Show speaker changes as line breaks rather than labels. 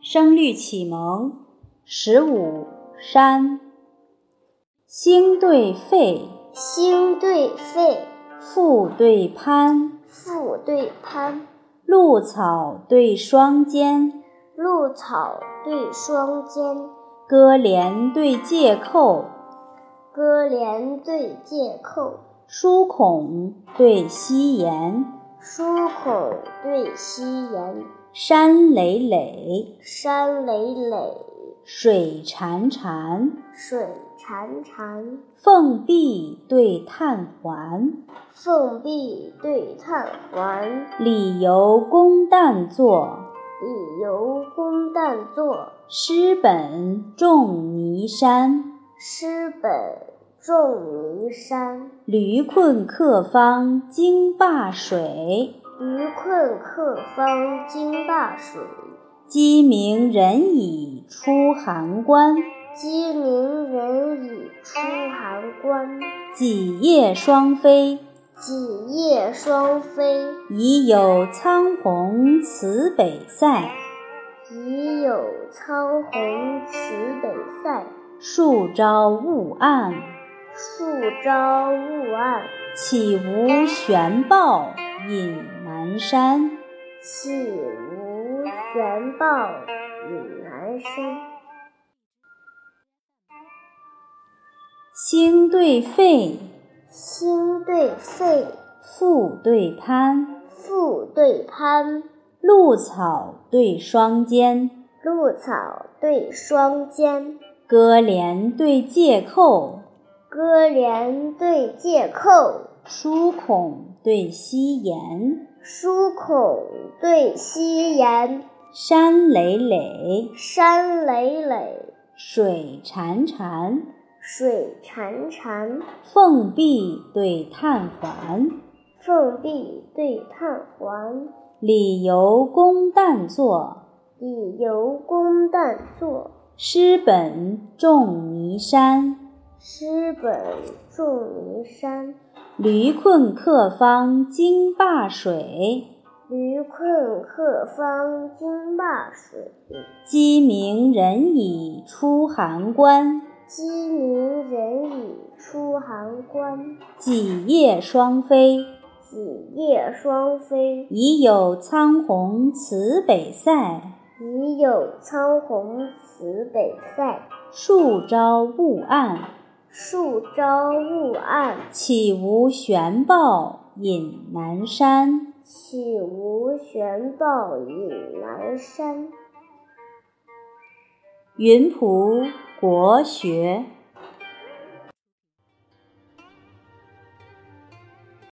声律启蒙十五山，星对沸，
星对沸，
复对攀，
复对攀，
露草对霜间，
露草对霜间，
歌帘对借扣，
歌帘对借扣，
疏孔对溪沿，
疏孔对溪沿，
山累累，
山累累，
水潺潺，
水潺潺，
凤壁对探环，
凤壁对探环，
理由公旦作，
理由公旦作，
诗本重泥山，
诗本重泥山，
驴困客方惊灞水，
驴困客方惊灞水，
鸡鸣人已出函关。
鸡鸣人已出函关。
几夜双飞，
几夜双飞，
已有苍鸿辞北塞。
已有苍鸿辞北塞。
数朝雾暗，
树朝雾暗，
岂无悬豹引南山？
岂无悬豹引南山？
星对沸，
星对沸，
复对攀，
复对攀，
露草对霜间，
露草对霜间，
歌帘对借扣，
歌帘对借扣，
疏孔对溪沿，
疏孔对溪沿，
山累累，
山累累，
水潺潺，
水潺潺，
凤壁对探环，
凤壁对探环，
理由公旦作，
理由公旦作，
诗本重泥山，
诗本重泥山，
驴困客方惊灞水，
驴困客方惊灞水，
鸡鸣人已出函关。
鸡鸣人已出函关。
几夜双飞，
几夜双飞，
已有苍鸿辞北塞。
已有苍鸿辞北塞。
数朝雾暗，
树朝雾暗，
岂无悬豹引南山？
岂无悬豹引南山？
云浦国学。